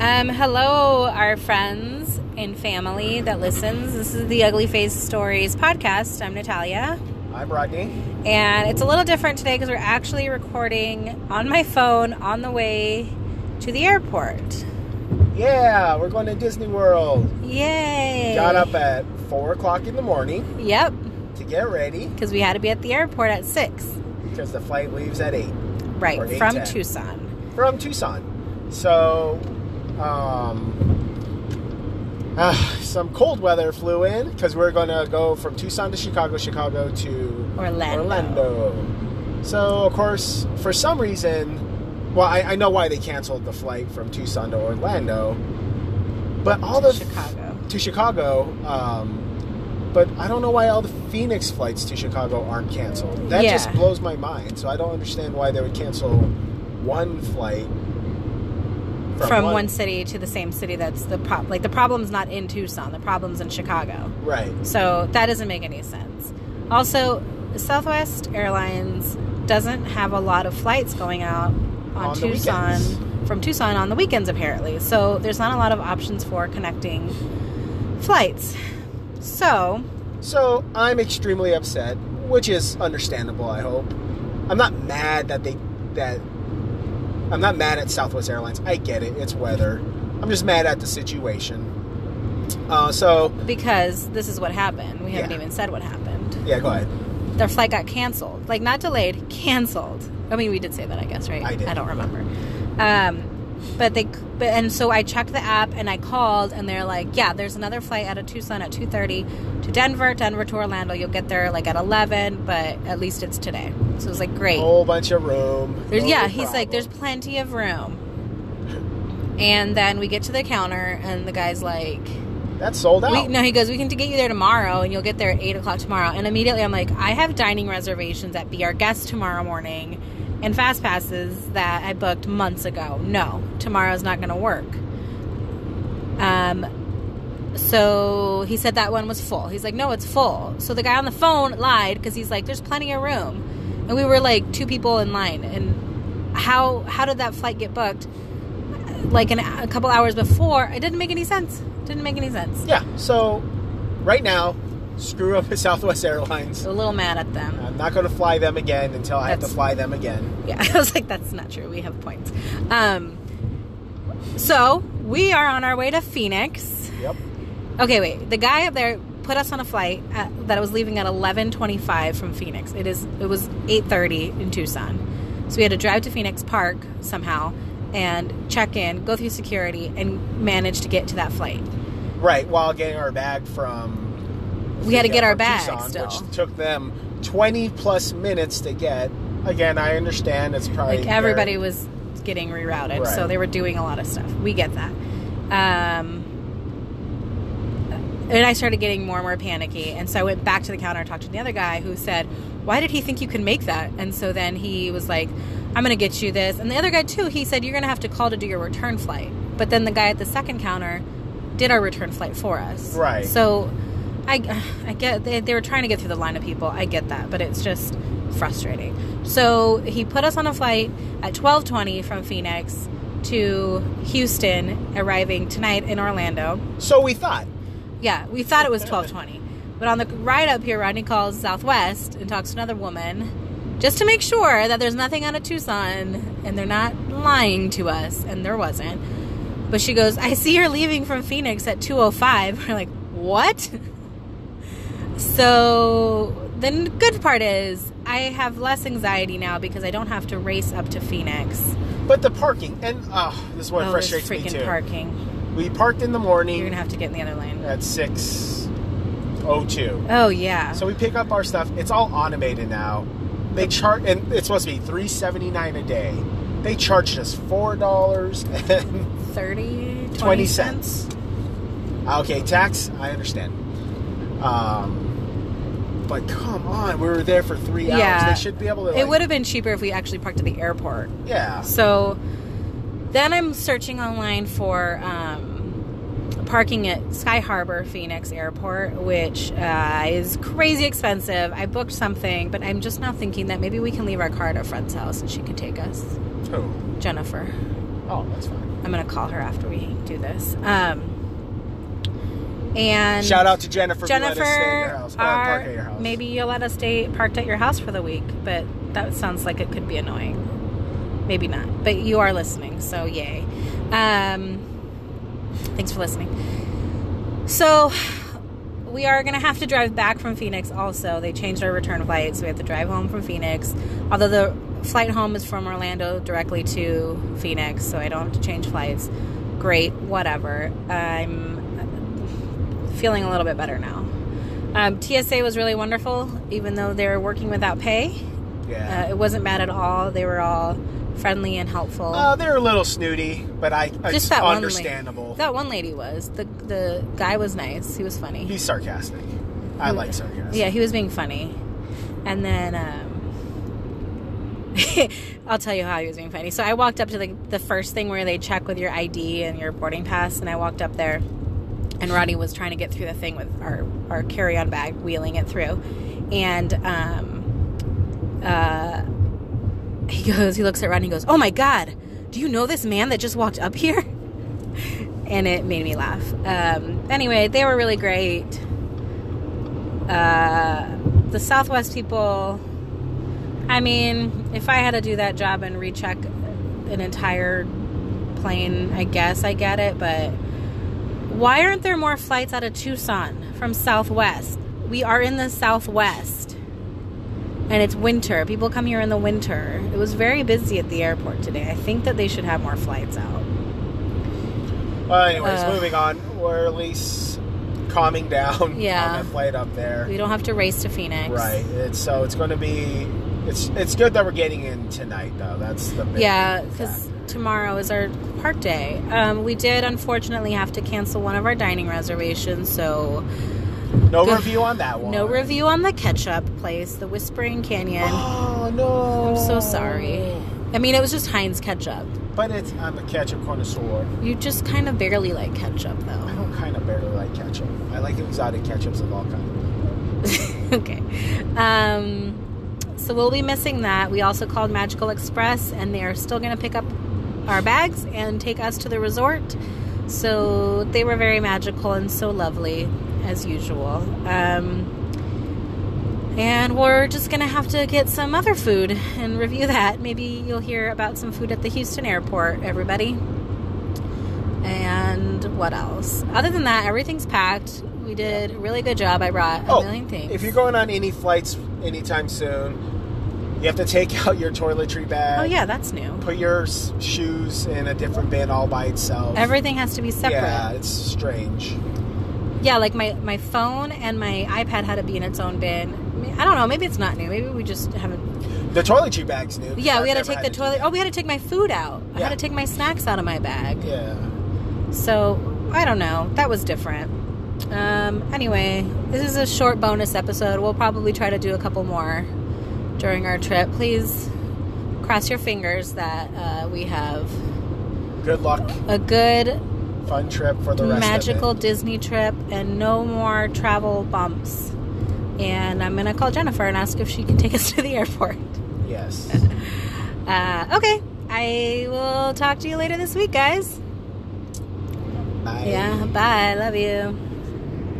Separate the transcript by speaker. Speaker 1: Um, hello, our friends and family that listens. This is the Ugly Face Stories podcast. I'm Natalia,
Speaker 2: I'm Rodney.
Speaker 1: and it's a little different today because we're actually recording on my phone on the way to the airport.
Speaker 2: Yeah, we're going to Disney World.
Speaker 1: Yay!
Speaker 2: Got up at four o'clock in the morning
Speaker 1: Yep,
Speaker 2: to get ready
Speaker 1: because we had to be at the airport at six,
Speaker 2: because the flight leaves at eight
Speaker 1: right
Speaker 2: Or eight
Speaker 1: from
Speaker 2: ten.
Speaker 1: Tucson.
Speaker 2: from Tucson. So, um, uh, some cold weather flew in because we're going to go from Tucson to Chicago, Chicago to
Speaker 1: Orlando.
Speaker 2: Orlando. So, of course, for some reason, well, I, I know why they canceled the flight from Tucson to Orlando, but all
Speaker 1: to
Speaker 2: the
Speaker 1: Chicago.
Speaker 2: to Chicago. Um, but I don't know why all the Phoenix flights to Chicago aren't canceled. That
Speaker 1: Yeah.
Speaker 2: just blows my mind. So I don't understand why they would cancel one flight
Speaker 1: From, one. city to the same city. That's the problem. Like the problem's not in Tucson. The problem's in Chicago.
Speaker 2: Right.
Speaker 1: So that doesn't make any sense. Also, Southwest Airlines doesn't have a lot of flights going out on,
Speaker 2: On the
Speaker 1: Tucson
Speaker 2: weekends.
Speaker 1: from Tucson on the weekends apparently. So there's not a lot of options for connecting flights. So,
Speaker 2: So I'm extremely upset, which is understandable. I hope. I'm not mad that they that. I'm not mad at Southwest Airlines. I get it. It's weather. I'm just mad at the situation. Uh, so
Speaker 1: because this is what happened, we haven't
Speaker 2: Yeah.
Speaker 1: even said what happened.
Speaker 2: yeah, go ahead.
Speaker 1: Their flight got canceled. Like not delayed, canceled. I mean, we did say that, I guess, right?
Speaker 2: I did.
Speaker 1: I don't remember. Um but they but and so I checked the app and I called and they're like, yeah, there's another flight out of Tucson at 2:30 to Denver, Denver to Orlando. You'll get there like at 11, but at least it's today. So it was like, great.
Speaker 2: Whole bunch of room.
Speaker 1: There's,
Speaker 2: Oh, no
Speaker 1: yeah, he's like,
Speaker 2: problem.
Speaker 1: there's plenty of room. And then we get to the counter and the guy's like,
Speaker 2: that's sold out.
Speaker 1: we, no, he goes, we can get you there tomorrow and you'll get there at 8 o'clock tomorrow. And immediately I'm like, I have dining reservations at Be Our Guest tomorrow morning and fast passes that I booked months ago. No, tomorrow's not going to work. Um, so he said that one was full. He's like, no, it's full. So the guy on the phone lied because he's like, there's plenty of room. And we were like two people in line. And how, how did that flight get booked? Like an, a couple hours before, it didn't make any sense. Didn't make any sense.
Speaker 2: Yeah. So, right now, screw up Southwest Airlines.
Speaker 1: a little mad at them.
Speaker 2: I'm not going to fly them again until I have to
Speaker 1: That's-
Speaker 2: fly them again.
Speaker 1: Yeah, I was like, that's not true. We have points. Um, so we are on our way to Phoenix.
Speaker 2: Yep.
Speaker 1: Okay, wait. The guy up there put us on a flight at, that was leaving at eleven twenty-five from Phoenix. It is. It was eight thirty in Tucson, so we had to drive to Phoenix Park somehow and check in, go through security, and manage to get to that flight.
Speaker 2: Right. While getting our bag from.
Speaker 1: We had to
Speaker 2: yeah,
Speaker 1: get our
Speaker 2: from
Speaker 1: bag
Speaker 2: Tucson,
Speaker 1: still.
Speaker 2: Which took them 20 plus minutes to get. Again, I understand it's probably.
Speaker 1: like everybody
Speaker 2: very-
Speaker 1: was getting rerouted so
Speaker 2: Right.
Speaker 1: they were doing a lot of stuff we get that um and I started getting more and more panicky. And so I went back to the counter and talked to the other guy who said, Why did he think you could make that? And so then he was like, I'm going to get you this. And the other guy, too, he said, You're going to have to call to do your return flight. But then the guy at the second counter did our return flight for us.
Speaker 2: Right.
Speaker 1: So I, I get they, they were trying to get through the line of people. I get that, but it's just frustrating. So he put us on a flight at 12:20 from Phoenix to Houston, arriving tonight in Orlando.
Speaker 2: So we thought.
Speaker 1: Yeah, we thought it was 12:20. But on the ride up here, Rodney calls Southwest and talks to another woman just to make sure that there's nothing out of Tucson and they're not lying to us and there wasn't. But she goes, "I see you're leaving from Phoenix at 2:05." We're like, "What?" So, the n- good part is I have less anxiety now because I don't have to race up to Phoenix.
Speaker 2: But the parking. And uh, this is what
Speaker 1: oh, this
Speaker 2: frustrates me
Speaker 1: freaking
Speaker 2: too.
Speaker 1: parking.
Speaker 2: We parked in the morning
Speaker 1: You're going to have to get in the other lane.
Speaker 2: at 6.02.
Speaker 1: Oh yeah.
Speaker 2: So we pick up our stuff. It's all automated now. They charge, and it's supposed to be three seventy nine a day. They charged us four dollars and
Speaker 1: 30
Speaker 2: twenty cents. Okay, tax. I understand. Um, but come on, we were there for three
Speaker 1: Yeah.
Speaker 2: hours. They should be able to.
Speaker 1: It
Speaker 2: Like,
Speaker 1: would have been cheaper if we actually parked at the airport.
Speaker 2: Yeah.
Speaker 1: So then I'm searching online for um, parking at Sky Harbor Phoenix Airport, which uh, is crazy expensive. I booked something, but I'm just now thinking that maybe we can leave our car at a friend's house and she can take us.
Speaker 2: Oh.
Speaker 1: Jennifer.
Speaker 2: Oh, Oh, that's fine.
Speaker 1: I'm gonna call her after we do this. Um, and
Speaker 2: Shout out to Jennifer. who let us
Speaker 1: Jennifer,
Speaker 2: stay at your house. Or
Speaker 1: our-
Speaker 2: park at your house.
Speaker 1: maybe you'll let us stay parked at your house for the week, but that sounds like it could be annoying. Maybe not, but you are listening, so yay. Um, thanks for listening. So we are going to have to drive back from Phoenix also. They changed our return flight, so we have to drive home from Phoenix. Although the flight home is from Orlando directly to Phoenix, so I don't have to change flights. Great, whatever. I'm feeling a little bit better now. Um, TSA was really wonderful, even though they were working without pay. Uh,
Speaker 2: Yeah.
Speaker 1: it wasn't bad at all. They were all friendly and helpful.
Speaker 2: Uh, they're a little snooty, but I it's
Speaker 1: Just that one lady.
Speaker 2: understandable.
Speaker 1: that one lady was the the guy was nice. He was funny.
Speaker 2: He's sarcastic. I like sarcasm.
Speaker 1: Mm. Yeah, he was being funny. And then um, I'll tell you how he was being funny. So I walked up to the, the first thing where they check with your ID and your boarding pass, and I walked up there, and Roddy was trying to get through the thing with our, our carry on bag, wheeling it through. And um, uh, he goes, he looks at Rodney and goes, Oh my God, do you know this man that just walked up here? And it made me laugh. Um, anyway, they were really great uh, the Southwest people. I mean, if I had to do that job and recheck an entire plane, I guess I get it, but why aren't there more flights out of Tucson from Southwest? We are in the Southwest and it's winter. People come here in the winter. It was very busy at the airport today. I think that they should have more flights out.
Speaker 2: Well, anyways,
Speaker 1: Uh,
Speaker 2: moving on. We're at least calming down
Speaker 1: Yeah.
Speaker 2: on that flight up there.
Speaker 1: We don't have to race to Phoenix.
Speaker 2: Right. It's, so it's going to be. It's it's good that we're getting in tonight, though. That's the big
Speaker 1: Yeah,
Speaker 2: fact.
Speaker 1: because tomorrow is our park day. Um, we did unfortunately have to cancel one of our dining reservations, so
Speaker 2: no
Speaker 1: good-
Speaker 2: review on that one.
Speaker 1: no review on the ketchup place, the Whispering Canyon.
Speaker 2: Oh no!
Speaker 1: I'm so sorry. I mean, it was just Heinz ketchup.
Speaker 2: But it's I'm a ketchup connoisseur.
Speaker 1: You just kind of barely like ketchup,
Speaker 2: I
Speaker 1: though.
Speaker 2: don't kind of barely like ketchup. I like exotic ketchups of all kinds.
Speaker 1: okay. Um, so we'll be missing that. We also called Magical Express, and they are still going to pick up our bags and take us to the resort. So they were very magical and so lovely, as usual. Um, and we're just going to have to get some other food and review that. Maybe you'll hear about some food at the Houston airport, everybody. And what else? Other than that, everything's packed. We did a really good job. I brought a
Speaker 2: Oh,
Speaker 1: million things.
Speaker 2: if you're going on any flights anytime soon, you have to take out your toiletry bag.
Speaker 1: Oh yeah, that's new.
Speaker 2: Put your s- shoes in a different bin all by itself.
Speaker 1: Everything has to be separate.
Speaker 2: Yeah,
Speaker 1: Yeah,
Speaker 2: it's strange.
Speaker 1: like my my phone and my iPad had to be in its own bin. I mean, I don't know. Maybe it's not new. Maybe we just haven't.
Speaker 2: The toiletry bag's new.
Speaker 1: Yeah, we
Speaker 2: I've
Speaker 1: had to
Speaker 2: never
Speaker 1: take the
Speaker 2: do
Speaker 1: toilet.
Speaker 2: that.
Speaker 1: Oh, we had to take my food out. I
Speaker 2: Yeah.
Speaker 1: had to take my snacks out of my bag.
Speaker 2: Yeah.
Speaker 1: So I don't know. That was different. Um, anyway, this is a short bonus episode. We'll probably try to do a couple more during our trip. Please cross your fingers that uh, we have
Speaker 2: Good luck.
Speaker 1: a good
Speaker 2: Fun trip for the rest
Speaker 1: magical
Speaker 2: of
Speaker 1: Disney trip and no more travel bumps. And I'm gonna call Jennifer and ask if she can take us to the airport.
Speaker 2: it. Yes.
Speaker 1: Uh, okay, I will talk to you later this week, guys.
Speaker 2: Bye.
Speaker 1: Yeah, bye. Love you.